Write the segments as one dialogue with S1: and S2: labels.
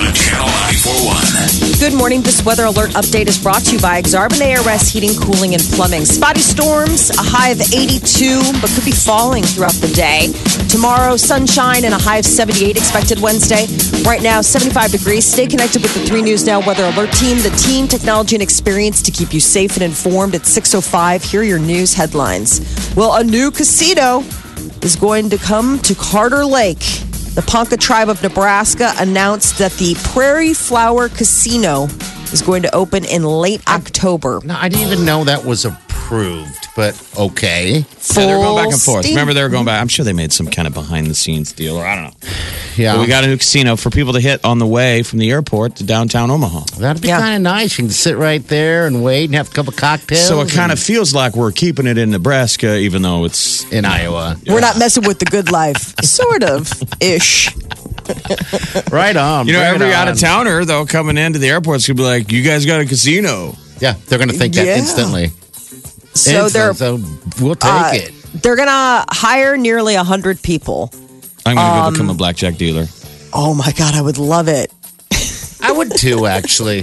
S1: on Channel 941.
S2: Good morning. This weather alert update is brought to you by Exarban ARS Heating, Cooling, and Plumbing. Spotty storms, a high of 82, but could be falling throughout the day. Tomorrow, sunshine and a high of 78 expected Wednesday. Right now, 75 degrees. Stay connected with the 3 News Now Weather Alert Team, the team, technology, and experience to keep you safe and informed. At 6.05, here are your news headlines. Well, a new casino is going to come to Carter Lake. The Ponca tribe of Nebraska announced that the Prairie Flower Casino is going to open in late October.
S3: No, I didn't even know that was approved, but okay.
S4: Yeah, they're going back and
S2: Full
S4: forth.
S2: steam.
S4: Remember, they were going back. I'm sure they made some kind of behind the scenes deal, or I don't know.
S3: Yeah.
S4: But we got a new casino for people to hit on the way from the airport to downtown Omaha.
S3: That'd be
S2: Yeah.
S3: kind of nice. You can sit right there and wait and have a couple cocktails.
S4: So it
S3: and-
S4: kind of feels like we're keeping it in Nebraska, even though it's
S3: in Iowa.
S2: We're not messing with the good life, sort of ish.
S3: right on.
S4: you know
S3: Bring it
S4: every
S3: on.
S4: out of towner though coming into the airport's gonna be like, you guys got a casino.
S3: Yeah, they're going to think
S2: Yeah.
S3: that instantly.
S2: So
S3: Instantly,
S2: they're
S3: so we'll take
S2: uh,
S3: it.
S2: they're gonna hire nearly hundred people.
S4: I'm gonna go become a blackjack dealer.
S2: Oh my god, I would love it.
S3: I would too, actually.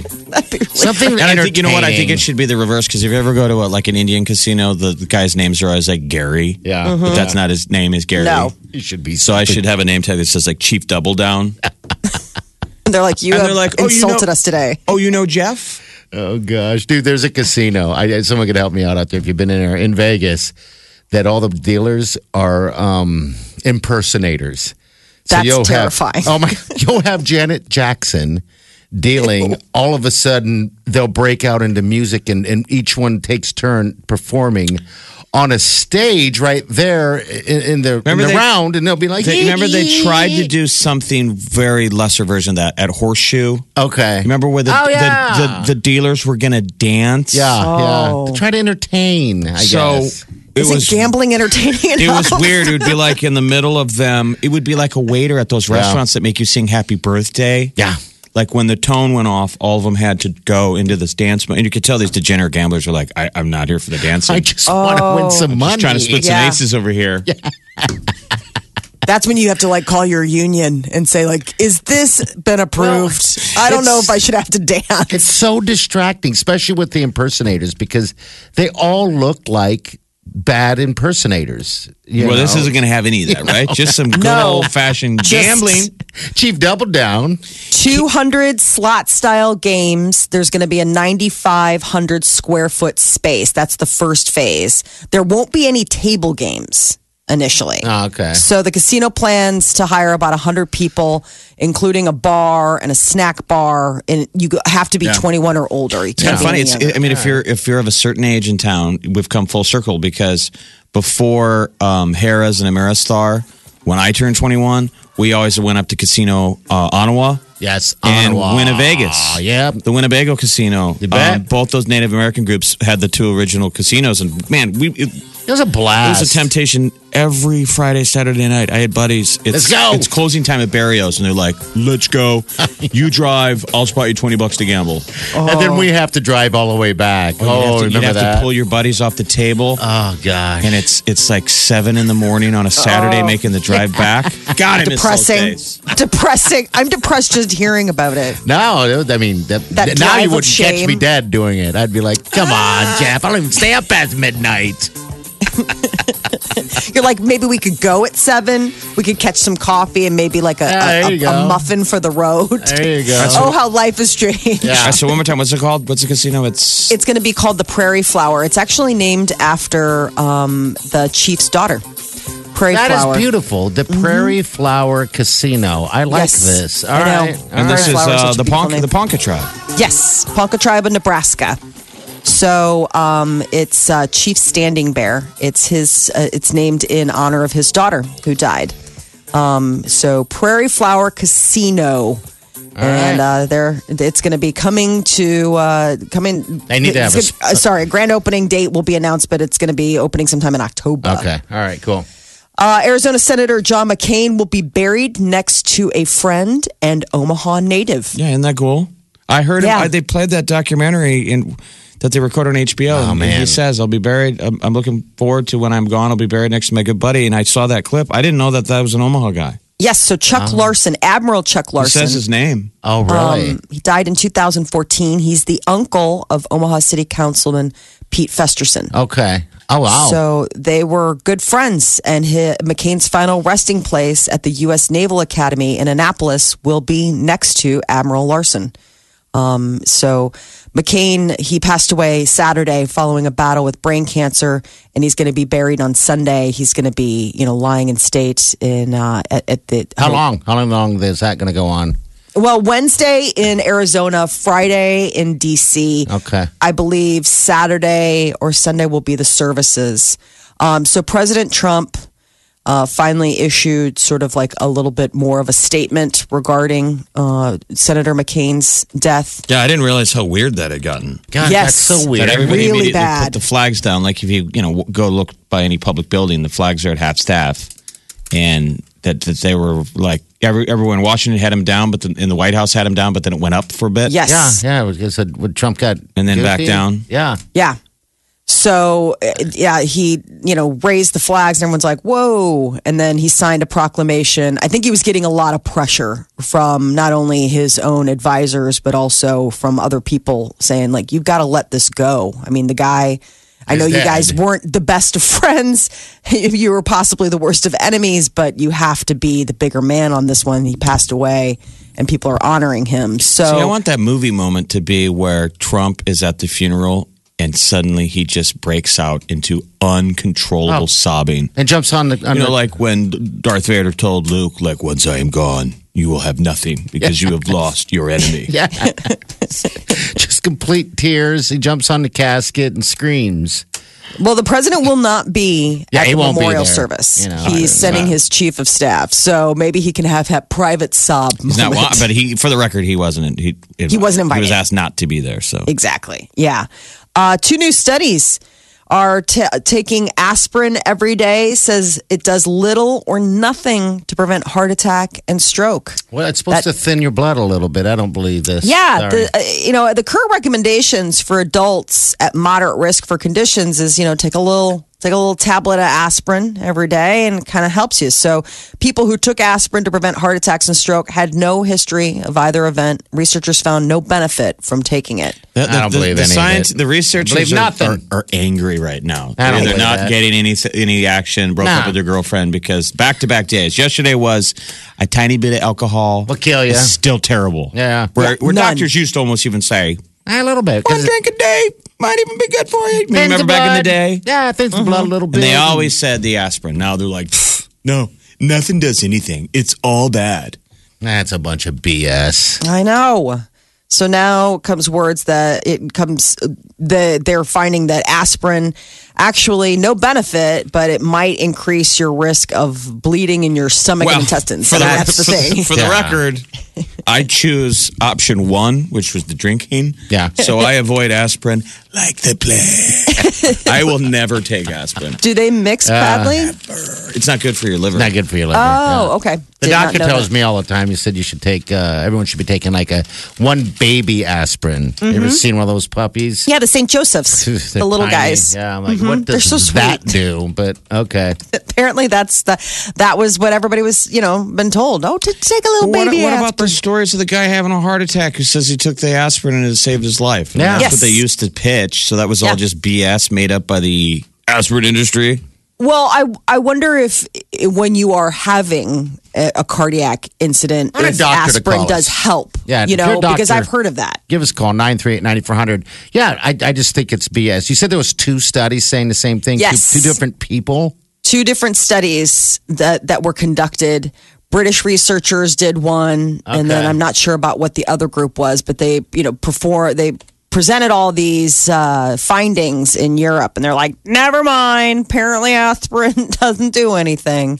S2: That'd be really-
S3: Something.
S4: And I think you know what? I
S3: entertaining.
S4: think it should be the reverse because if you ever go to a, like an Indian casino, the, the guys' names are always like Gary.
S3: Yeah.
S2: Uh-huh.
S4: but that's not his name. Is Gary?
S2: No.
S3: You should be
S4: So I should have a name tag that says like Chief Double Down.
S2: And they're like, you
S4: And
S2: have
S4: they're like, oh, you know-
S2: insulted us today.
S4: oh, you know Jeff?
S3: Oh gosh, dude, there's a casino. I, someone could help me out out there if you've been in there in Vegas. That all the dealers are um, impersonators.
S2: That's
S3: you'll
S2: terrifying.
S3: Have, oh my! You'll have Janet Jackson dealing. all of a sudden, they'll break out into music, and, and each one takes turn performing on a stage right there in, in the, in
S4: Remember
S3: the
S4: they-
S3: round, and they'll be like,
S4: They, remember they tried to do something very lesser version of that at Horseshoe.
S3: Okay,
S4: Remember where the
S3: Oh, yeah.
S4: the, the, the dealers were gonna dance?
S3: yeah,
S2: Oh.
S3: yeah. They try to entertain. I
S4: so
S3: guess.
S4: it
S2: Is
S4: was
S2: it gambling entertaining?
S4: it was
S2: enough?
S4: weird. It would be like in the middle of them. It would be like a waiter at those restaurants that make you sing Happy Birthday.
S3: Yeah.
S4: Like when the tone went off, all of them had to go into this dance mode, and you could tell these degenerate gamblers were like, I, "I'm not here for the dancing.
S3: I just want to win some money.
S4: Just trying to split
S2: Yeah.
S4: some aces over here."
S2: That's when you have to like call your union and say like, "Is this been approved? I don't know if I should have to dance."
S3: It's so distracting, especially with the impersonators, because they all look like bad impersonators. you
S4: well, this
S3: know?
S4: isn't going to have any of that, right? Just some good
S2: No.
S4: old fashioned
S2: Just-
S4: gambling.
S3: Chief Double Down.
S2: 200 slot style games. There's going to be a 9,500 square foot space. That's the first phase. There won't be any table games initially.
S4: Ah,
S3: Oh, okay.
S2: So the casino plans to hire about 100 people, including a bar and a snack bar. And you go- have to be 21 or older. You
S4: It's
S2: can't
S4: kind of
S2: be
S4: funny.
S2: any
S4: It's,
S2: younger.
S4: I mean, if you're if you're of a certain age in town, we've come full circle because before um, Harrah's and Ameristar, when I turned 21, we always went up to Casino uh, Ottawa
S3: Yes,
S4: and
S3: Ottawa.
S4: Winnevegas.
S3: Yep.
S4: the Winnebago Casino. Um,
S3: You bet.
S4: both those Native American groups had the two original casinos, and man, we. It,
S3: It was a blast.
S4: There's a temptation every Friday, Saturday night. I had buddies. It's,
S3: Let's go.
S4: It's closing time at Barrios, and they're like, "Let's go. you drive. I'll spot you twenty bucks to gamble."
S3: And then we have to drive all the way back. Oh,
S4: Oh. you'd have to, you'd
S3: remember
S4: have to
S3: that?
S4: pull your buddies off the table,
S3: oh, gosh.
S4: and it's it's like seven in the morning on a Saturday, making the drive back. God, I miss those
S2: Oh. depressing.
S4: days.
S2: Depressing. I'm depressed just hearing about it.
S3: no, I mean, that,
S2: That
S3: now
S2: drive
S3: you
S2: of
S3: wouldn't
S2: shame.
S3: catch me dead doing it. I'd be like, come on, Jeff. I don't even stay up past midnight.
S2: You're like, maybe we could go at seven. We could catch some coffee and maybe like a,
S3: Yeah,
S2: a,
S3: there
S2: a,
S3: you
S2: a
S3: go.
S2: muffin for the road.
S3: There you go.
S2: Oh, how life has changed.
S4: All
S3: yeah.
S4: right, Uh, so one more time, what's it called? What's the casino? It's
S2: It's going to be called the Prairie Flower. It's actually named after um, the chief's daughter. prairie
S3: That is
S2: flower. Mm-hmm.
S3: beautiful. The Prairie Flower Casino. I like
S2: Yes,
S3: this. All
S2: I know.
S3: right.
S4: And
S3: all
S4: this
S3: right.
S4: is
S2: Flowers,
S4: uh,
S2: such a
S4: the
S2: beautiful
S4: Ponca,
S2: name.
S4: the Ponca tribe.
S2: Yes, Ponca Tribe of Nebraska. So um, it's uh, Chief Standing Bear. It's his. Uh, it's named in honor of his daughter who died. Um, so Prairie Flower Casino, and uh, there it's going to be coming to uh, coming.
S3: They need to have
S2: it's
S3: a
S2: gonna- uh, sorry, grand opening date will be announced, but it's going to be opening sometime in October.
S3: Okay. All right. Cool.
S2: Uh, Arizona Senator John McCain will be buried next to a friend and Omaha native.
S4: Yeah, isn't that cool? I heard
S2: Yeah.
S4: him, I, they played that documentary in that they recorded on HBO. and
S3: man.
S4: he says, "I'll be buried. I'm, I'm looking forward to when I'm gone. I'll be buried next to my good buddy." And I saw that clip. I didn't know that that was an Omaha guy.
S2: Yes, so Chuck
S3: Um,
S2: Larson, Admiral Chuck
S4: He
S2: Larson.
S4: says his name.
S3: Oh, really?
S2: Um, he died in 2014. He's the uncle of Omaha City Councilman Pete Festerson.
S3: okay. Oh, wow.
S2: So they were good friends, and hi McCain's final resting place at the U.S. Naval Academy in Annapolis will be next to Admiral Larson. Um, so McCain, he passed away Saturday following a battle with brain cancer, and he's going to be buried on Sunday. He's going to be, you know, lying in state in uh, at, at the
S3: How long? How long is that going to go on?
S2: well, Wednesday in Arizona, Friday in DC.
S3: Okay.
S2: I believe Saturday or Sunday will be the services. Um, so President Trump uh, finally issued sort of like a little bit more of a statement regarding uh, Senator McCain's death.
S4: Yeah, I didn't realize how weird that had gotten.
S3: God,
S2: Yes.
S3: that's so weird.
S4: That everybody
S2: Really
S4: immediately
S2: bad.
S4: put the flags down. Like if you you know go look by any public building, the flags are at half staff, and that, that they were like every everyone in Washington had them down, but the, in the White House had them down, but then it went up for a bit.
S2: Yes.
S3: yeah, yeah. It was, it said when Trump got
S4: And then back
S3: guilty.
S4: down.
S3: Yeah,
S2: Yeah. So, uh, yeah, he, you know, raised the flags and everyone's like, whoa. And then he signed a proclamation. I think he was getting a lot of pressure from not only his own advisors, but also from other people saying, like, you've got to let this go. I mean, the guy, I know
S3: He's
S2: you guys
S3: dead.
S2: weren't the best of friends. you were possibly the worst of enemies, but you have to be the bigger man on this one. He passed away and people are honoring him. So,
S4: See, I want that movie moment to be where Trump is at the funeral and suddenly he just breaks out into uncontrollable sobbing.
S3: and jumps on the. On
S4: You know,
S3: the-
S4: like when Darth Vader told Luke, like, once I am gone, you will have nothing because you have lost your enemy.
S3: yeah, just complete tears. He jumps on the casket and screams.
S2: Well, the president will not be
S3: Yeah,
S2: at
S3: he
S2: the
S3: won't be
S2: memorial
S3: there.
S2: service.
S3: You know, I
S2: He's sending his chief of staff, so maybe he can have that private sob
S4: He's not,
S2: moment.
S4: wa- but he, for the record, he wasn't. He,
S2: He wasn't
S4: He was
S2: invited.
S4: asked not to be there. So
S2: exactly. Yeah. Uh, two new studies are ta taking aspirin every day says it does little or nothing to prevent heart attack and stroke.
S3: Well, it's supposed to thin your blood a little bit. I don't believe this.
S2: Yeah,
S3: Sorry.
S2: the, uh, you know the current recommendations for adults at moderate risk for conditions is you know take a little take a little tablet of aspirin every day and kind of helps you. So people who took aspirin to prevent heart attacks and stroke had no history of either event. Researchers found no benefit from taking it.
S4: The- the-
S3: I don't
S4: the,
S3: believe
S4: the
S3: any of
S4: science,
S3: it.
S4: the researchers
S3: Believe
S4: are,
S3: nothing.
S4: Are, are angry right now.
S3: I don't
S4: They're
S3: believe
S4: not
S3: that.
S4: getting any any action. Broke
S3: Nah.
S4: up with their girlfriend because back to back days. Yesterday was a tiny bit of alcohol.
S3: Will kill ya.
S4: It's still terrible.
S3: Yeah.
S4: where, where
S2: none.
S4: doctors used to almost even say
S3: Eh, a little bit. 'cause
S4: one
S3: it
S4: drink a day might even be good for you.
S3: thins
S4: Remember
S3: the Mm-hmm.
S4: back in
S3: blood.
S4: the day,
S3: Yeah, it thins the blood a little bit.
S4: and they always said the aspirin. Now they're like, "Pfft, no, nothing does anything. It's all bad.
S3: That's a bunch of BS.
S2: I know. So now comes words that it comes the they're finding that aspirin actually no benefit, but it might increase your risk of bleeding in your stomach and intestines. So that's the
S4: for,
S2: thing.
S4: for the
S3: Yeah.
S4: record, I choose option one, which was the drinking.
S3: Yeah.
S4: So I avoid aspirin like the plague. I will never take aspirin.
S2: Do they mix badly?
S4: It's not good for your liver.
S3: Not good for your liver.
S2: oh,
S3: yeah.
S2: okay.
S3: The
S2: Did not
S3: doctor
S2: know
S3: tells
S2: that.
S3: me all the time. He said you should take. Uh, everyone should be taking like a one baby aspirin. You ever seen one of those puppies?
S2: Mm-hmm. Yeah, the St. Joseph's, the
S3: They're
S2: little
S3: tiny.
S2: guys. Mm-hmm.
S3: Yeah, I'm like, what does
S2: so
S3: that
S2: sweet.
S3: do? But okay,
S2: Apparently, that's the that was what everybody was, you know, been told. Oh, to take a little
S4: What,
S2: baby.
S4: what
S2: aspirin.
S4: about the stories of the guy having a heart attack who says he took the aspirin and it saved his life? I mean,
S3: Yeah.
S4: That's what they
S2: Yes.
S4: used to pitch. So that was
S2: Yeah.
S4: all just BS made up by the aspirin industry.
S2: Well, I I wonder if i- when you are having a, a cardiac incident,
S3: What a
S2: if
S3: doctor to
S2: aspirin
S3: call
S2: does
S3: us.
S2: help.
S3: Yeah,
S2: you
S3: if you're
S2: know,
S3: a
S2: because
S3: doctor-
S2: I've heard of that.
S3: give us a call nine three eight ninety four hundred. Yeah, I, I just think it's BS. You said there was two studies saying the same thing.
S2: Yes.
S3: two, two different people.
S2: two different studies that that were conducted. British researchers did one, and then
S3: Okay.
S2: I'm not sure about what the other group was, but they, you know, perform they presented all these uh, findings in Europe, and they're like, never mind. Apparently, aspirin doesn't do anything.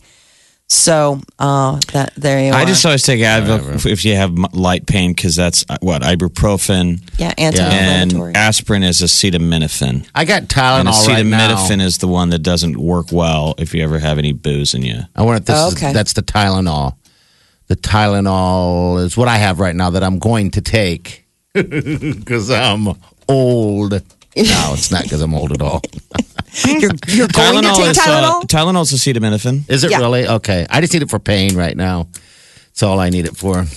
S2: So uh, that there you
S4: I
S2: are.
S4: just always take Advil if- if you have m- light pain because that's uh, what ibuprofen
S2: yeah,
S4: and
S2: anti-inflammatory.
S4: aspirin is acetaminophen.
S3: I got
S4: And
S3: Tylenol right now.
S4: acetaminophen is the one that doesn't work well if you ever have any booze in you.
S3: I wonder if this
S2: Oh, Okay.
S3: is, that's the Tylenol. The Tylenol is what I have right now that I'm going to take because I'm old. No, it's not because I'm old at all.
S2: you're you're going to take
S4: is uh,
S2: Tylenol.
S4: Tylenol's acetaminophen.
S3: Is it
S2: Yeah.
S3: really? Okay. I just need it for pain right now. It's all I need it for.
S2: and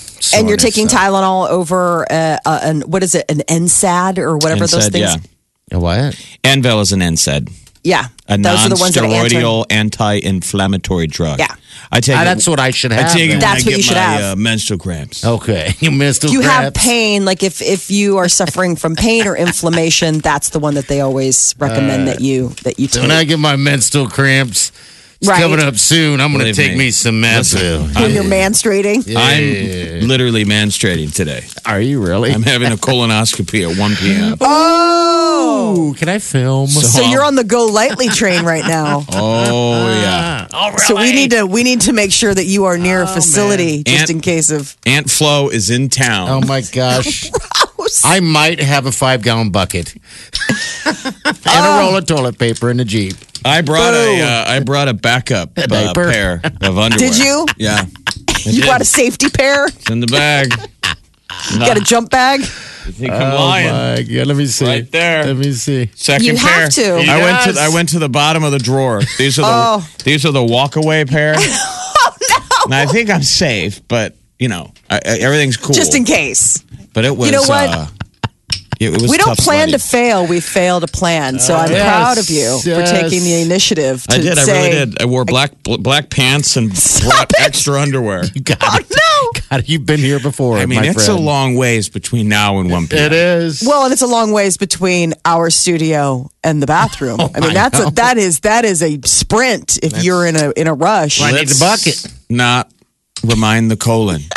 S2: you're
S3: Soreness,
S2: taking
S3: so-
S2: Tylenol over uh, uh, an what is it an NSAID or whatever those
S4: NSAID,
S2: things?
S4: yeah.
S3: A What?
S4: Anvil is an NSAID,
S2: Yeah,
S4: a
S2: those are the ones that answer.
S4: non-steroidal anti-inflammatory drug.
S2: Yeah.
S4: I take
S3: Ah,
S4: it-
S3: that's what I should
S4: I
S3: have. Oh,
S4: take
S3: then.
S4: it when
S2: That's
S4: I
S2: what
S4: get
S2: you should
S4: my,
S2: have.
S4: Uh, menstrual cramps.
S3: okay. You missed
S2: If you have pain, like if if you are suffering from pain or inflammation, that's the one that they always recommend that you that you
S3: When I
S2: take.
S3: get my menstrual cramps, it's
S2: Right.
S3: coming up soon. I'm going to
S4: Believe
S3: take
S4: me.
S3: me, some Advil.
S2: When you're menstruating,
S4: I'm literally menstruating today.
S3: Are you really?
S4: I'm having a colonoscopy at 1 p.m.
S2: Oh!
S3: Ooh, can I film?
S2: so you're on the go lightly train right now.
S4: Oh yeah.
S2: So we need to we need to make sure that you are near a facility just
S4: Aunt-
S2: in case of.
S4: Aunt Flo is in town.
S3: Oh my gosh. I might have a five gallon bucket and
S2: Oh.
S3: a roll of toilet paper in the Jeep.
S4: I brought a uh, I brought a backup uh,
S3: diaper.
S4: pair of underwear.
S2: Did you?
S4: Yeah.
S2: You got a safety pair.
S4: It's in the bag.
S2: You got a
S4: Uh,
S2: jump bag.
S4: You think I'm lying?
S3: Oh, my God. Let me see.
S4: Right there.
S3: Let me see.
S4: Second
S2: You
S4: pair.
S2: have to.
S4: I went
S3: Yes.
S4: to I went to the bottom of the drawer. These are the
S2: Oh.
S4: these are the walkaway pair. oh no! I think I'm safe, but you know I, I, everything's cool.
S2: Just in case.
S4: But it was.
S2: know what?
S4: Uh, it was
S2: We don't
S4: tough
S2: plan to
S4: sledding.
S2: fail. We fail to plan. So I'm
S3: yes,
S2: proud of you for
S3: yes.
S2: taking the initiative to
S4: Uh, I did. I
S2: say,
S4: really did. I wore black bl- black pants and brought extra underwear.
S3: You got
S2: Oh,
S3: it.
S2: no.
S3: God, you've been here before.
S4: I mean,
S3: my
S4: it's
S3: friend.
S4: a long ways between now and one p.m.
S3: It is.
S2: Well, and it's a long ways between our studio and the bathroom.
S4: Oh,
S2: I mean, that's a, that is that is a sprint if you're in a in a rush.
S3: I need the bucket.
S4: Not remind the colon.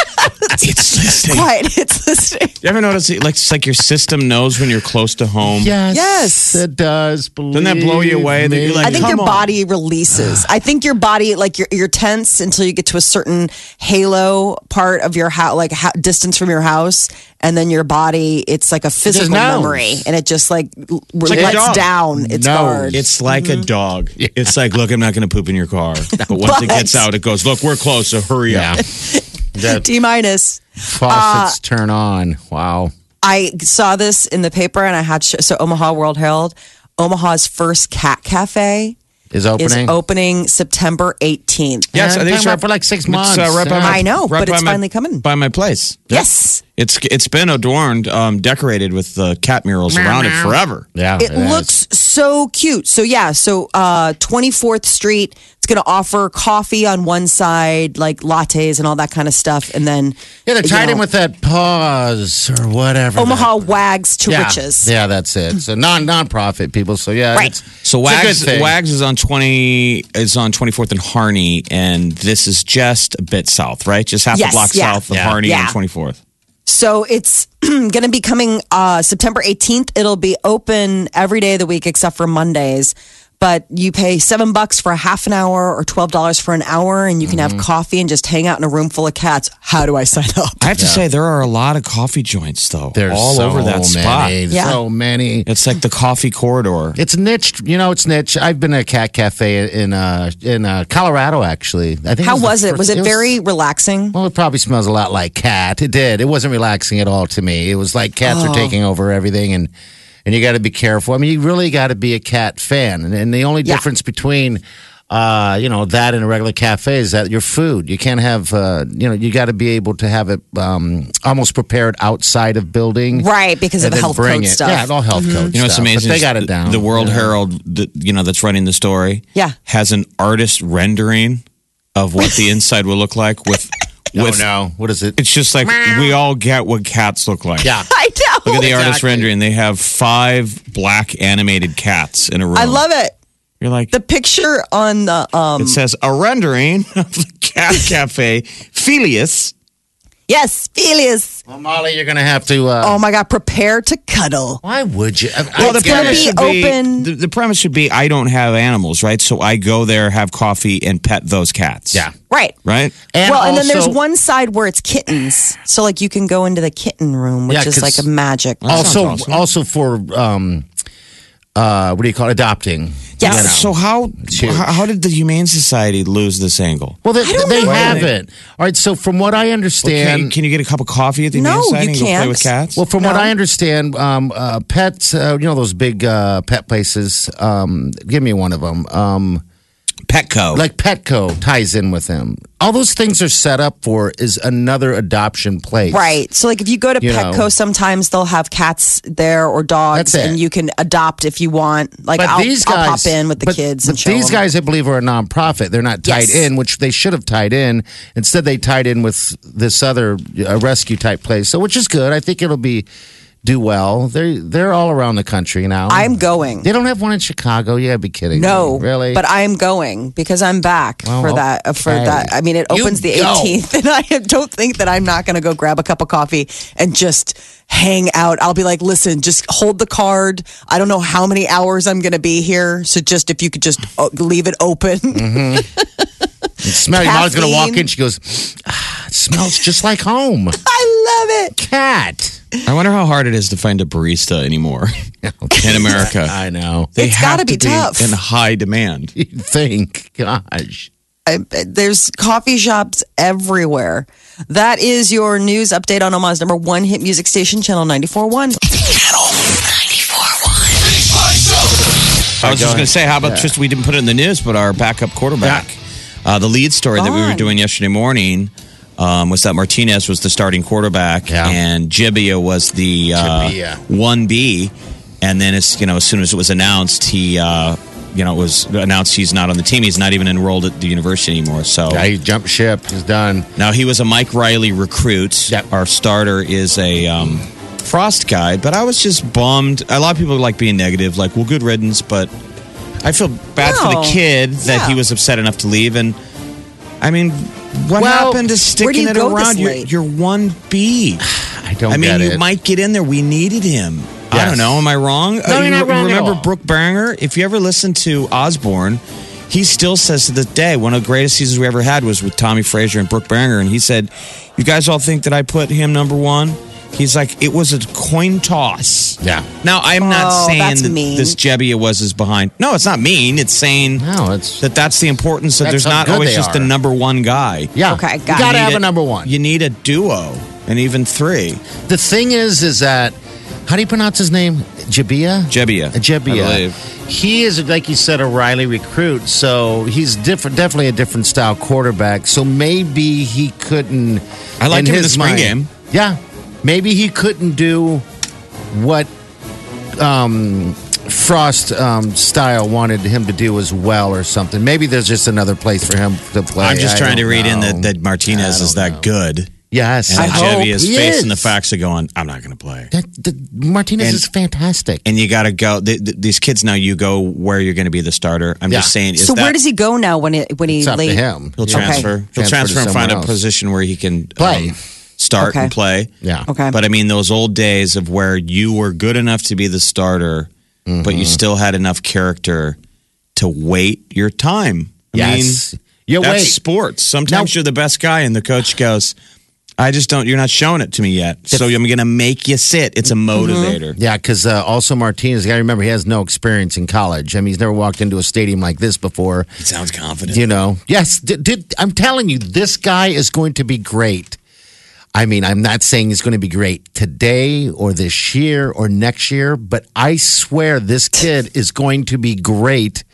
S4: it's listening.
S2: Quiet, it's listening.
S4: You ever notice it, like it's like your system knows when you're close to home?
S3: Yes.
S2: Yes.
S3: It does.
S4: Doesn't that blow you
S3: Believe
S4: away that you're
S3: me.
S4: like,
S2: I think
S4: Come
S2: your
S4: on.
S2: body releases. I think your body, like you're, you're tense until you get to a certain halo part of your house, like ho- distance from your house, and then your body, it's like a physical
S3: knows.
S2: memory, and it just like, l-
S4: like a
S2: lets
S4: dog.
S2: down. It's
S3: Knows.
S2: hard.
S4: It's like
S2: Mm-hmm.
S4: a dog. It's like, look, I'm not going to poop in your car. But once it
S2: But-
S4: gets out, it goes, look, we're close, so hurry
S3: yeah.
S4: up.
S3: the
S2: D minus. Uh,
S3: faucets turn on. Wow.
S2: I saw this in the paper, and I had sh- so Omaha World Herald, Omaha's first cat cafe
S3: Is opening.
S2: is opening September 18th.
S4: Yes,
S3: Yeah,
S4: I think
S3: it's
S4: so.
S3: been for like six
S4: It's, uh,
S3: months.
S4: right by my,
S2: I know,
S4: right
S2: but it's
S4: by my-
S2: finally coming.
S4: By my place.
S2: Yes.
S4: It's it's been adorned, um, decorated with the cat murals around it forever.
S3: Yeah.
S2: It
S3: is.
S2: looks so cute. So yeah, so uh 24th Street, it's going to offer coffee on one side, like lattes and all that kind of stuff and then
S3: Yeah, they're
S2: you
S3: tied in
S2: know,
S3: with that pause or whatever.
S2: Omaha
S3: that-
S2: Wags to
S3: yeah.
S2: Riches.
S3: Yeah, that's it. So non nonprofit people. So yeah,
S2: Right.
S3: it's-
S4: So
S3: it's a
S4: Wags
S3: good thing.
S4: Wags is on twenty is on twenty fourth and Harney, and this is just a bit south, right? Just half
S2: Yes,
S4: a block
S2: yeah.
S4: south of
S3: Yeah.
S4: Harney
S2: Yeah.
S4: and twenty fourth.
S2: So it's going to be coming uh, September 18th. It'll be open every day of the week except for Mondays. But you pay seven bucks for a half an hour or twelve dollars for an hour, and you can have coffee and just hang out in a room full of cats. How do I sign up?
S4: I have to say there are a lot of coffee joints though,
S3: There's
S4: all
S3: so
S4: over that spot.
S3: many,
S2: Yeah.
S3: So many.
S4: It's like the coffee corridor.
S3: It's niched. You know, it's niche. I've been at a cat cafe in uh in uh, Colorado actually. I think.
S2: How
S3: the
S2: was it?
S3: first-
S2: Was it very relaxing?
S3: Well, it probably smells a lot like cat. It did. It wasn't relaxing at all to me. It was like cats
S2: Oh.
S3: are taking over everything, and and you got to be careful. I mean, you really got to be a cat fan. And, and the only
S2: Yeah.
S3: difference between uh, you know that and a regular cafe is that your food. You can't have uh, you know you got to be able to have it um, almost prepared outside of building,
S2: Right, because of
S3: and
S2: the
S3: then
S2: health
S3: bring
S2: code
S3: it.
S2: stuff. Mm-hmm.
S3: Yeah, all health code.
S4: You know, it's
S3: stuff.
S4: amazing.
S3: But they
S4: is
S3: got
S4: the-
S3: it down.
S4: The World Herald, the, you know, that's running the story.
S2: Yeah.
S4: has an artist rendering of what the inside will look like. With,
S3: Oh
S4: with
S3: no! What is it?
S4: it's just like we all get what cats look like.
S3: Yeah.
S2: I know.
S4: look at the artist
S3: Exactly.
S4: rendering. They have five black animated cats in a room.
S2: I love it.
S4: You're like,
S2: The picture on the um
S4: it says a rendering of the cat cafe, Felius.
S2: yes, Felius.
S3: Well, Molly, you're gonna have to. Uh,
S2: Oh my god, prepare to cuddle.
S3: why would you? I, I
S4: Well, the
S3: get
S2: gotta
S4: premise
S2: be
S3: it.
S4: should be
S2: open.
S4: The, the premise should be I don't have animals, right? So I go there, have coffee, and pet those cats.
S3: Yeah.
S2: Right.
S4: right.
S3: And
S2: well, and then there's
S3: also-
S2: one side where it's kittens. So like you can go into the kitten room, which
S3: Yeah,
S2: is
S3: 'cause-
S2: like a magic.
S3: Also,
S4: sounds awesome.
S3: also for um, uh, what do you call it? Adopting.
S2: Yes.
S3: You know.
S4: So how,
S3: huge.
S4: how how did the Humane Society lose this angle?
S3: Well, they, they
S2: know.
S3: haven't. All right. So, from what I understand,
S4: can, can you get a cup of coffee at the
S2: No,
S4: Humane Society
S2: you
S4: and go play
S2: can't.
S4: with cats?
S3: Well, from what
S2: No.
S3: I understand, um, uh, pets, uh, you know, those big uh, pet places, um, give me one of them. Um,
S4: Petco.
S3: like Petco ties in with them. All those things are set up for is another adoption place.
S2: Right. So like if you go to
S3: You
S2: Petco,
S3: know.
S2: sometimes they'll have cats there or dogs
S3: That's it.
S2: and you can adopt if you want. Like
S3: But
S2: I'll,
S3: these
S2: I'll
S3: guys,
S2: pop in with the
S3: but-
S2: kids
S3: but
S2: and show
S3: these
S2: 'em.
S3: guys, I believe, are a nonprofit. They're not tied
S2: Yes.
S3: in, which they should have tied in. Instead, they tied in with this other uh, rescue type place. So, which is good. I think it'll be do well. They they're all around the country now.
S2: I'm going.
S3: They don't have one in Chicago. You gotta be kidding.
S2: No,
S3: me. really.
S2: But uh, I am going because I'm back for that. uh, For
S3: okay.
S2: that, I mean, it
S3: You
S2: opens the
S3: go.
S2: 18th, and I don't think that I'm not going to go grab a cup of coffee and just hang out. I'll be like, listen, just hold the card. I don't know how many hours I'm going to be here, so just if you could just uh, leave it open.
S3: Mm-hmm. Smell your mom's gonna walk
S2: Caffeine.
S3: in. She goes, ah, it smells just like home.
S2: I love it.
S3: Cat.
S4: I wonder how hard it is to find a barista anymore in America.
S3: I know.
S4: They
S2: It's
S4: have
S2: gotta be
S4: to
S2: tough.
S4: in high demand.
S3: You think? Gosh.
S2: I, there's coffee shops everywhere. That is your news update on Omaha's number one hit music station, Channel 94.1.
S4: I was just going to say, how about just we didn't put it in the news, but our backup quarterback, uh, the lead story that we were
S2: Gone.
S4: doing yesterday morning um, was that Martinez was the starting quarterback
S3: Yeah.
S4: and Jibbia was the
S3: Jibbia.
S4: uh, one B, and then as you know, as soon as it was announced, he. Uh, you know, it was announced he's not on the team. He's not even enrolled at the university anymore. So
S3: Yeah, he jumped ship. He's done.
S4: now he was a Mike Riley recruit.
S3: Yep.
S4: Our starter is a um, Frost guy, but I was just bummed. A lot of people like being negative, like, well, good riddance, but I feel bad for
S2: No.
S4: the kid that he
S2: Yeah.
S4: was upset enough to leave. And I mean, what
S3: Well,
S4: happened to
S2: where do
S4: sticking
S2: you
S4: it
S2: go this
S4: around? You're,
S2: late?
S4: you're 1B.
S3: I don't
S4: I mean,
S3: get
S4: you
S3: it.
S4: might get in there. We needed him. I
S3: Yes.
S4: don't know. Am I wrong?
S3: No, you're
S4: you
S3: not
S4: re-
S3: wrong at
S4: Remember
S3: all.
S4: Brooke Banger? If you ever listen to Osborne, he still says to this day, one of the greatest seasons we ever had was with Tommy Frazier and Brooke Banger. And he said, You guys all think that I put him number one? He's like, It was a coin toss.
S3: Yeah.
S4: Now, I'm not
S2: Oh,
S4: saying
S2: that's
S4: that
S2: mean.
S4: this Jebbia was his behind. No, it's not mean. It's saying
S3: No, it's.
S4: that that's the importance that
S3: That's
S4: there's
S3: how
S4: not
S3: good
S4: always
S3: they
S4: just
S3: are.
S4: a number one guy.
S3: yeah.
S2: Okay,
S3: You
S2: got it.
S3: gotta
S4: You
S3: have
S4: need
S3: a number one.
S4: You need a duo and even three.
S3: the thing is, is that. How do you pronounce his name? Jabia?
S4: Jebbia.
S3: Jebbia.
S4: I believe.
S3: He is, like you said, a Riley recruit, so he's different, definitely a different style quarterback. So maybe he couldn't.
S4: I liked him in the
S3: his
S4: spring
S3: mind-
S4: game.
S3: Yeah, maybe he couldn't do what um, Frost um, style wanted him to do as well, or something. Maybe there's just another place for him to play.
S4: I'm just
S3: I
S4: trying to
S3: don't
S4: read in
S3: know.
S4: that, that
S3: I
S4: Martinez
S3: don't
S4: is that
S3: know.
S4: good.
S3: Yes,
S4: And
S3: I hope
S4: Chevy is
S3: he
S4: facing the
S3: is.
S4: facts of going, I'm not going to play.
S3: That, that Martinez
S4: And-
S3: is fantastic.
S4: And you got to go. Th- th- these kids now, you go where you're going to be the starter. I'm just
S3: Yeah.
S4: saying. Is
S2: So
S4: that,
S2: where does he go now when it when he
S3: It's up to
S2: leave?
S3: him.
S4: He'll
S3: Yeah.
S4: transfer. He'll
S3: Transfer
S4: transfer
S3: to
S4: and
S3: someone
S4: find a
S3: else.
S4: position where he can
S3: Play.
S4: um, start
S2: Okay.
S4: and play.
S3: Yeah.
S2: Okay.
S4: But I mean, those old days of where you were good enough to be the starter, but
S3: Mm-hmm.
S4: you still had enough character to wait your time. I
S3: Yes.
S4: mean,
S3: You
S4: that's
S3: wait.
S4: sports. Sometimes
S3: Now-
S4: you're the best guy, and the coach goes, I just don't, you're not showing it to me yet. So I'm going to make you sit. It's a
S3: Mm-hmm.
S4: motivator.
S3: Yeah, because uh, also Martinez, you got to remember, he has no experience in college. I mean, he's never walked into a stadium like this before.
S4: It sounds confident.
S3: You know, yes, did, did, I'm telling you, this guy is going to be great. I mean, I'm not saying he's going to be great today or this year or next year, but I swear this kid is going to be great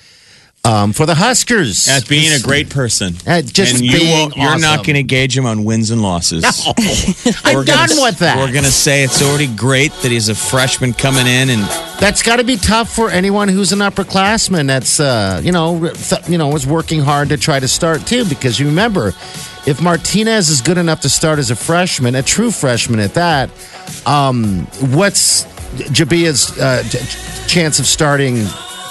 S3: um, for the Huskers.
S4: At being a great person.
S3: At Uh, just
S4: and you
S3: being
S4: you're not
S3: awesome.
S4: going to gauge him on wins and losses.
S3: I'm
S4: We're
S3: done
S4: gonna-
S3: with that.
S4: We're going to say it's already great that he's a freshman coming in and
S3: That's got to be tough for anyone who's an upperclassman. That's uh, you know, th- you know, is working hard to try to start too. Because you remember, if Martinez is good enough to start as a freshman, a true freshman at that, um, what's Jabia's uh, j- chance of starting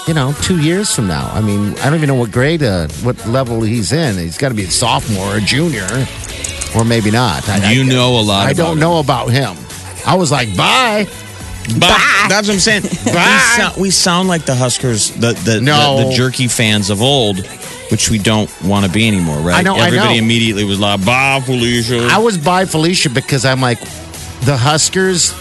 S3: you know, two years from now. I mean, I don't even know what grade, uh, what level he's in. He's got to be a sophomore or junior, or maybe not. I,
S4: You
S3: I,
S4: know a lot.
S3: I don't know about him. I was like, bye.
S4: Bye. That's what I'm saying.
S3: Bye.
S4: We, sound, we sound like the Huskers, the the,
S3: No.
S4: the the jerky fans of old, which we don't want to be anymore, right?
S3: I know, I
S4: Everybody
S3: know.
S4: immediately was like, "Bye, Felicia."
S3: I was by Felicia because I'm like, the Huskers,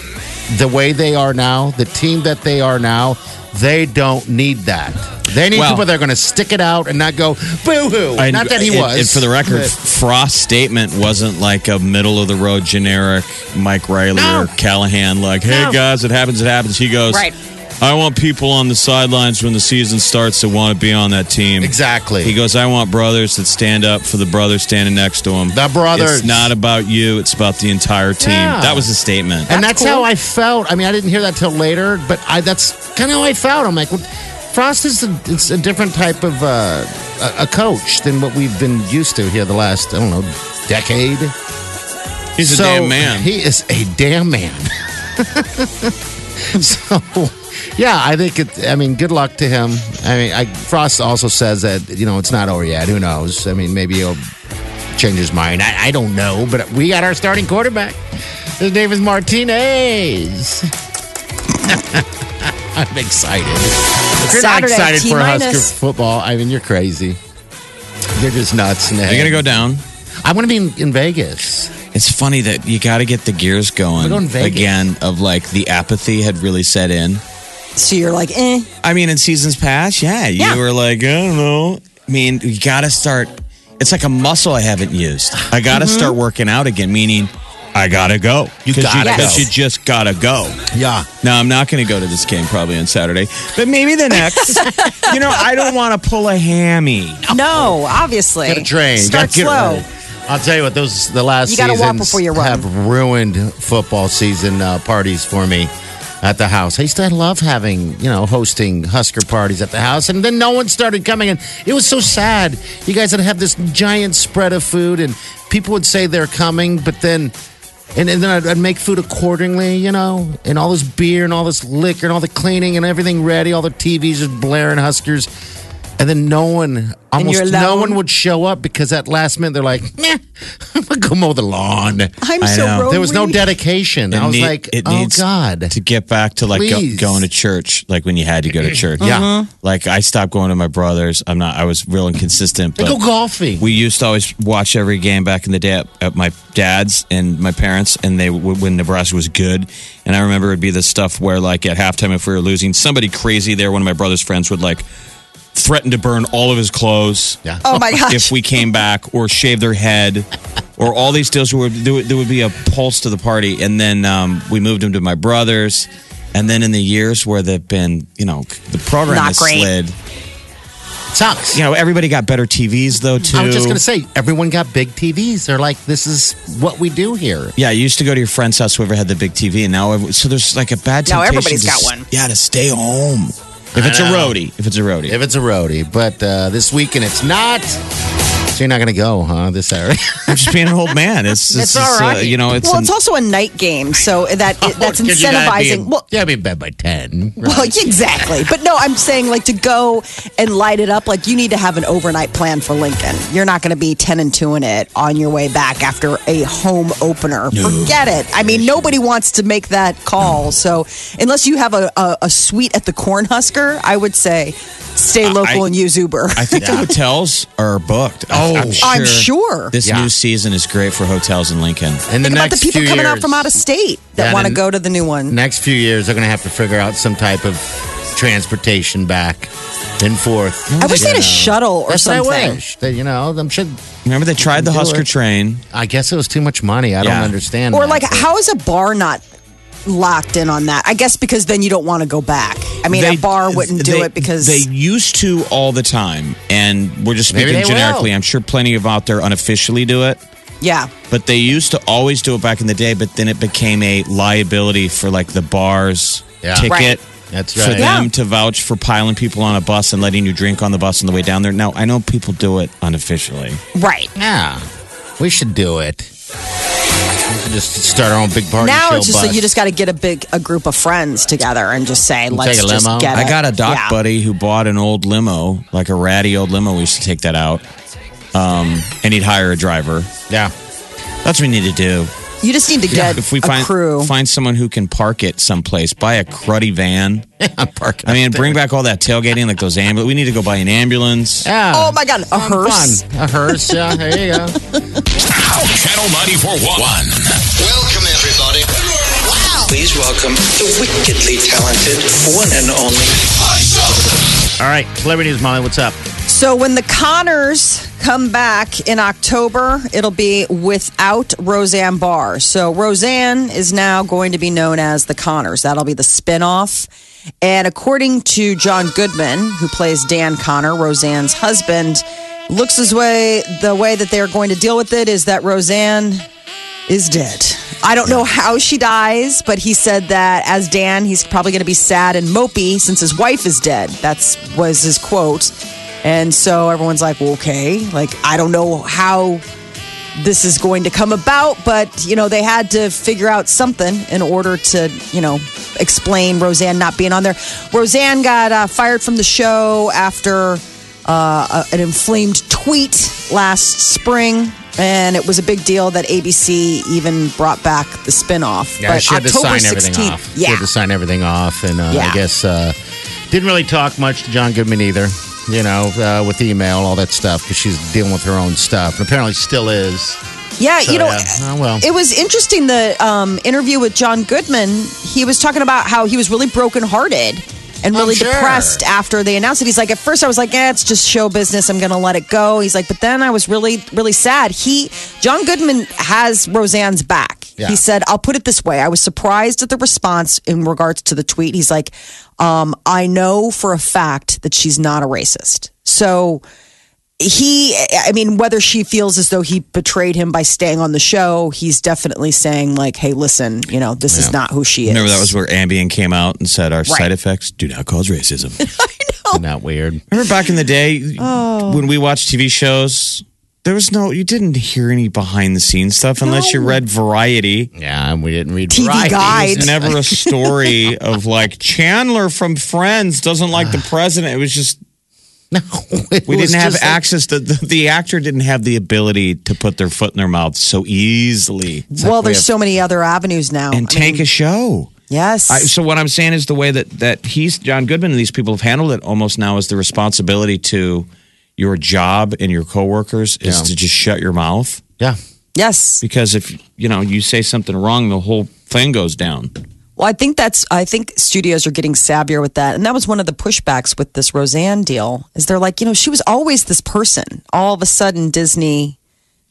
S3: the way they are now, the team that they are now, they don't need that. They need
S4: Well-
S3: people that are going to stick it out and not go boo hoo.
S4: And-
S3: Not that he
S4: and-
S3: was.
S4: And for the record,
S3: but-
S4: Frost's statement wasn't like a middle of the road generic Mike Riley
S3: No.
S4: or Callahan, like, hey
S3: No.
S4: guys, it happens, it happens. He goes,
S2: Right.
S4: I want people on the sidelines when the season starts that want to be on that team.
S3: Exactly.
S4: He goes, I want brothers that stand up for the brother standing next to him.
S3: The brothers.
S4: It's not about you, it's about the entire team.
S3: Yeah.
S4: That was the statement.
S3: and that's
S2: cool.
S3: how I felt. I mean, I didn't hear that till later, but I that's kind of how I felt. I'm like, well, Frost is a, it's a different type of uh, a, a coach than what we've been used to here the last I don't know decade.
S4: He's a
S3: So,
S4: damn man.
S3: He is a damn man. so, yeah, I think it. I mean, good luck to him. I mean, I, Frost also says that you know it's not over yet. Who knows? I mean, maybe he'll change his mind. I, I don't know. But we got our starting quarterback. His name is Martinez. I'm excited. If you're not
S2: Saturday,
S3: excited for
S2: T-minus.
S3: Husker football. I mean, you're crazy. You're just nuts. In the
S4: You're
S3: head.
S4: going to go down.
S3: I'm gonna be in, in Vegas.
S4: It's funny that you got to get the gears going,
S3: going Vegas.
S4: again of like the apathy had really set in.
S2: So you're like, eh.
S4: I mean, in seasons past, yeah, you
S2: Yeah.
S4: were like, I don't know. I mean, you got to start. It's like a muscle I haven't used. I got
S3: Mm-hmm.
S4: to start working out again, meaning I got to go. 'Cause You
S3: gotta
S2: go.
S4: Because you just got to go.
S3: Yeah.
S4: No, I'm not going to go to this game probably on Saturday, but maybe the next. you know, I don't want to pull a hammy.
S2: No, obviously.
S3: Get a train.
S2: Start
S3: Gotta get
S2: slow.
S3: ready. I'll tell you what; those the last
S2: You gotta walk
S3: seasons
S2: before you run.
S3: have ruined football season uh, parties for me at the house. I used to love having you know hosting Husker parties at the house, and then no one started coming, and it was so sad. You guys would have this giant spread of food, and people would say they're coming, but then. And, and then I'd, I'd make food accordingly, you know, and all this beer and all this liquor and all the cleaning and everything ready, all the TVs just blaring Huskers. And then no one,
S2: you're
S3: almost no
S2: alone?
S3: one would show up because at last minute they're like, "Meh, I'm gonna go mow the lawn.
S2: I'm
S4: I
S2: so
S4: know.
S2: road
S3: There was no
S2: weary.
S3: dedication. I
S4: It
S3: was
S4: need-
S3: like, oh
S4: needs
S3: God.
S4: to get back to like go,
S3: Please.
S4: going to church, like when you had to go to church. Uh-huh.
S3: Yeah. Mhm.
S4: like I stopped going to my brother's. I'm not. I was real inconsistent. But
S3: go golfing.
S4: we used to always watch every game back in the day at, at my dad's and my parents, and they w- when Nebraska was good. And I remember it'd be the stuff where like at halftime, if we were losing, somebody crazy there, one of my brother's friends would like threaten to burn all of his clothes
S3: yeah.
S2: Oh my gosh.
S4: if we came back or shave their head or all these deals where there would, there would be a pulse to the party and then um, we moved him to my brother's and then in the years where they've been you know the program
S2: Not
S4: has
S2: great.
S4: slid
S3: Sucks.
S4: you know everybody got better tvs though too
S3: I was just gonna say, everyone got big TVs. They're like, this is what we do here.
S4: yeah, you used to go to your friend's house whoever had the big TV, and now ev- so there's like a bad temptation.
S2: Now everybody's
S4: to
S2: got
S4: s-
S2: one.
S4: Yeah, to stay home. If
S3: I
S4: it's a
S3: know.
S4: roadie, if it's a roadie,
S3: If it's a roadie, but uh, this weekend it's not. So you're not gonna go, huh? This Saturday.
S4: I'm just being an old man. It's,
S3: It's
S4: it's, just,
S3: all right.
S4: uh, you know, it's
S2: well,
S4: an-
S2: it's also a night game, so that it, that's
S3: Because you gotta be
S2: incentivizing.
S3: in-
S2: well,
S3: you gotta be in bed by ten. right?
S2: Well, yeah, exactly. But no, I'm saying like to go and light it up. Like you need to have an overnight plan for Lincoln. You're not going to be ten and two in it on your way back after a home opener. Forget it. I mean, nobody wants to make that call. So unless you have a, a, a suite at the Cornhusker, I would say stay local
S4: I-
S2: and use Uber.
S4: I think the hotels are booked. Oh, I'm sure.
S2: I'm sure.
S4: This
S3: Yeah.
S4: new season is great for hotels in Lincoln.
S3: And
S2: Think about
S3: the
S2: the
S3: next
S2: people
S3: few
S2: coming out
S3: years-
S2: from out of state that
S3: Yeah,
S2: want to
S3: and-
S2: go to the new one.
S3: next few years they're going to have to figure out some type of transportation back and forth.
S2: I wish they had a shuttle or
S3: That's
S2: something.
S3: What I wish. That, you know, I'm sure.
S4: Remember they tried the
S3: do
S4: Husker
S3: it.
S4: train.
S3: I guess it was too much money. I don't
S4: Yeah.
S3: understand.
S2: Or
S3: that,
S2: like,
S3: but-
S2: how is a bar not locked in on that? I guess because then you don't want to go back. I mean,
S4: They-
S2: a bar wouldn't do
S4: they-
S2: it because
S4: they used to all the time, and we're just
S3: Maybe
S4: speaking
S3: they will.
S4: generically. I'm sure plenty of out there unofficially do it,
S2: yeah,
S4: but they used to always do it back in the day. But then it became a liability for like the bars
S3: Yeah.
S4: ticket.
S2: Right.
S3: That's
S4: For
S3: right.
S4: them to vouch for piling people on a bus and letting you drink on the bus on the way down there. Now, I know people do it unofficially.
S2: right.
S3: Yeah, we should do it. Just start our own big party
S2: now
S3: show
S2: it's just
S3: bus.
S2: that you just got to get a big a group of friends together and just say let's
S3: take a
S2: just
S3: limo.
S2: get
S4: I
S2: it."
S4: got a doc
S2: Uh, Yeah.
S4: buddy who bought an old limo, like a ratty old limo. We used to take that out, um, and he'd hire a driver.
S3: yeah.
S4: That's what we need to do.
S2: You just need to get
S4: if we
S2: a
S4: find
S2: crew.
S4: find someone who can park it someplace, buy a cruddy van.
S3: I'm parking.
S4: I mean, bring back all that tailgating, like those ambulance. We need to go buy an ambulance.
S3: yeah.
S2: oh my god, a
S3: Fun,
S2: hearse.
S3: fun. A hearse. Yeah. There you go.
S1: Channel 941.
S5: Welcome, everybody. Wow. Please welcome the wickedly talented one and only.
S3: All right. Celebrity news, Molly. What's up?
S2: So when the Connors come back in October, it'll be without Roseanne Barr. So Roseanne is now going to be known as the Connors. That'll be the spinoff. And according to John Goodman, who plays Dan Connor, Roseanne's husband, looks as way the way that they're going to deal with it is that Roseanne is dead. I don't know how she dies, but he said that as Dan, he's probably going to be sad and mopey since his wife is dead. That's was his quote. And so everyone's like, well, okay, like I don't know how this is going to come about, but you know, they had to figure out something in order to, you know, explain Roseanne not being on there. Roseanne got uh, fired from the show after uh, an inflamed tweet last spring, and it was a big deal that ABC even brought back the spinoff.
S3: Yeah, she had to
S2: October
S3: sign everything
S2: 16th
S3: off. She
S2: Yeah.
S3: had to sign everything off, and uh,
S2: Yeah.
S3: I guess uh, didn't really talk much to John Goodman either. You know, uh, with email, all that stuff, because she's dealing with her own stuff, and apparently still is.
S2: Yeah,
S3: So,
S2: you know, uh,
S3: yeah. Oh, well.
S2: it was interesting the um, interview with John Goodman. He was talking about how he was really brokenhearted and really
S3: sure.
S2: depressed after they announced it. He's like, at first I was like, eh, it's just show business. I'm going to let it go. He's like, but then I was really, really sad. He, John Goodman has Roseanne's back.
S3: Yeah.
S2: He said, I'll put it this way. I was surprised at the response in regards to the tweet. He's like, um, I know for a fact that she's not a racist. So he i mean whether she feels as though he betrayed him by staying on the show he's definitely saying like hey listen you know this is not who she is
S4: Remember that was where Ambien came out and said our side
S2: Right.
S4: effects do not cause racism.
S3: Isn't that weird?
S4: Remember back in the day
S2: Oh.
S4: when we watched TV shows, there was no you didn't hear any behind the scenes stuff unless you read Variety.
S3: Yeah, and we didn't read
S2: TV
S3: Variety.
S2: guide.
S4: It's never a story of like Chandler from Friends doesn't like the president. It was just
S3: No, it
S4: we
S3: was
S4: didn't have
S3: just like-
S4: access. to the, the actor didn't have the ability to put their foot in their mouth so easily
S2: well
S3: we
S2: there's
S3: have-
S2: so many other avenues now
S4: and
S2: I mean,
S4: tank a show.
S2: yes
S4: I, so what I'm saying is the way that that he's John Goodman and these people have handled it almost now is the responsibility to your job and your coworkers is
S3: Yeah.
S4: to just shut your mouth
S3: Yeah,
S2: yes
S4: because if you know you say something wrong, the whole thing goes down.
S2: well i think that's i think studios are getting savvier with that and that was one of the pushbacks with this roseanne deal is they're like you know she was always this person all of a sudden disney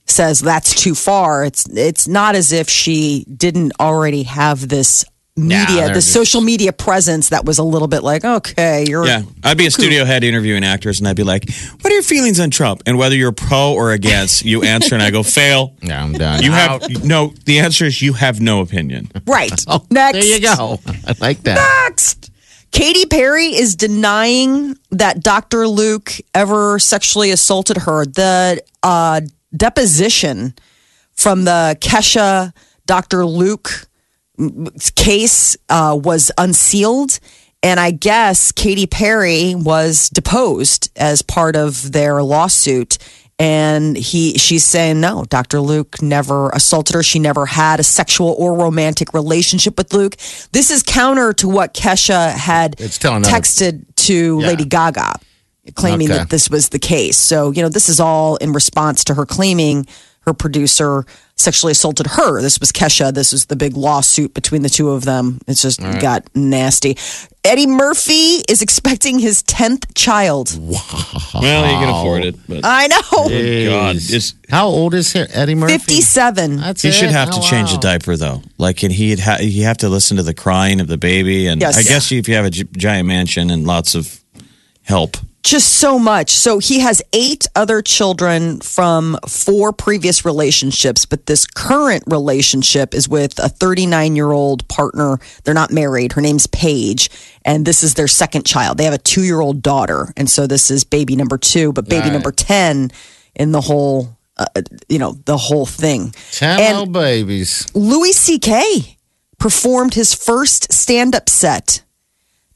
S2: says that's too far it's it's not as if she didn't already have this media
S3: they're
S2: the
S3: just-
S2: social media presence that was a little bit like okay you're
S4: Yeah, I'd be a studio head interviewing actors, and I'd be like, "What are your feelings on Trump? And whether you're pro or against, you answer, and I go fail.
S3: yeah, I'm done.
S4: You have no. The answer is you have no opinion.
S2: right
S3: Oh,
S2: next
S3: There you go. I like that.
S2: next Katy Perry is denying that Dr. Luke ever sexually assaulted her. The uh, deposition from the Kesha Dr. Luke case uh, was unsealed. And I guess Katy Perry was deposed as part of their lawsuit. And he, she's saying no. Dr. Luke never assaulted her. She never had a sexual or romantic relationship with Luke. This is counter to what Kesha had
S3: It's telling other-
S2: texted to
S3: Yeah.
S2: Lady Gaga, claiming
S3: Okay.
S2: that this was the case. So, you know, this is all in response to her claiming her producer sexually assaulted her. This was Kesha. This is the big lawsuit between the two of them. It's just got nasty. Eddie Murphy is expecting his 10th child.
S4: Well, you can afford it, but
S2: I know.
S4: God,
S3: Jeez.
S4: it's-
S3: How old is he- Eddie Murphy?
S2: 57.
S3: That's
S4: he
S3: it?
S4: should have to
S3: Oh,
S4: change
S3: wow.
S4: the diaper though. Like, and he'd ha- he have to listen to the crying of the baby. And
S2: Yes.
S4: I guess if you have a gi- giant mansion and lots of help,
S2: just so much. So he has eight other children from four previous relationships, but this current relationship is with a 39 year old partner. They're not married. Her name's Paige, and this is their second child. They have a two year old daughter, and so this is baby number two, but baby number 10 in the whole. uh, you know, the whole thing.
S3: Channel
S2: And-
S3: babies.
S2: Louis C.K. performed his first stand up set.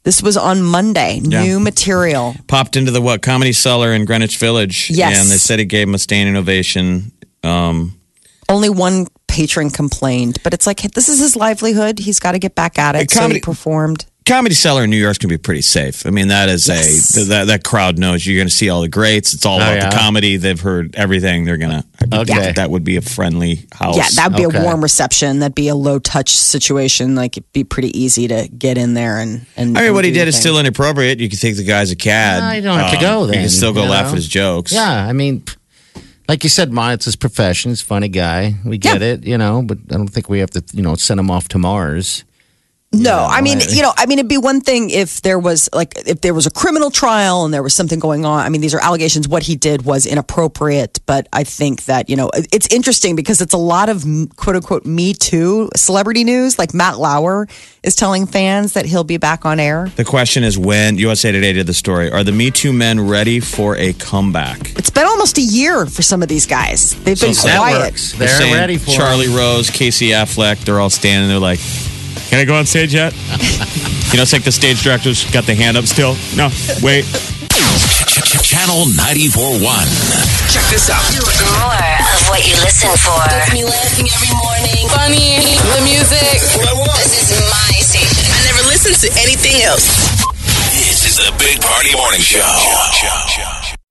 S2: This was on Monday.
S4: Yeah.
S2: New material.
S4: Popped into the what comedy cellar in Greenwich Village.
S2: Yes.
S4: and they said he gave him a standing ovation. Um,
S2: Only one patron complained, but it's like this is his livelihood. He's got to get back at it.
S4: A
S2: So he
S4: comedy-
S2: performed.
S4: comedy cellar in New York's gonna be pretty safe. I mean, that is
S2: Yes.
S4: a that, that crowd knows you're gonna see all the greats. It's all
S3: Oh,
S4: about
S3: yeah?
S4: the comedy. They've heard everything. They're gonna. I
S3: Okay.
S4: think that that would be a friendly house.
S2: Yeah, that'd be
S3: Okay.
S2: a warm reception. That'd be a low touch situation. Like it'd be pretty easy to get in there and and.
S4: I mean,
S2: and
S4: what he
S2: do
S4: did is
S2: things.
S4: still inappropriate. You can think the guy's a cad. Um,
S3: No, you don't have to go
S4: You
S3: then,
S4: can still go
S3: you
S4: laugh
S3: know?
S4: at his jokes.
S3: Yeah, I mean, p- like you said, Ma, it's his profession. He's a funny guy. We get it, you know, but I don't think we have to, you know, send him off to Mars.
S2: No, I mean,
S3: I-
S2: you know, I mean, it'd be one thing if there was like if there was a criminal trial and there was something going on. I mean, these are allegations. What he did was inappropriate, but I think that you know it- it's interesting because it's a lot of mm, quote unquote Me Too celebrity news. Like Matt Lauer is telling fans that he'll be back on air.
S4: The question is when USA Today did the story. Are the Me Too men ready for a comeback?
S2: It's been almost a year for some of these guys. They've been
S4: So that
S2: quiet.
S3: works. They're
S4: saying
S3: ready for
S4: Charlie Rose, Casey Affleck. They're all standing. They're like, "Can I go on stage yet?" you know, it's like the stage director's got the hand up still. No, wait.
S1: Channel 94.1.
S5: Check this out.
S6: More of what you listen for.
S7: Gets me laughing every morning. Funny. The music.
S5: What I want.
S7: This is my station. I never listen to anything else.
S1: This is the Big Party Morning Show.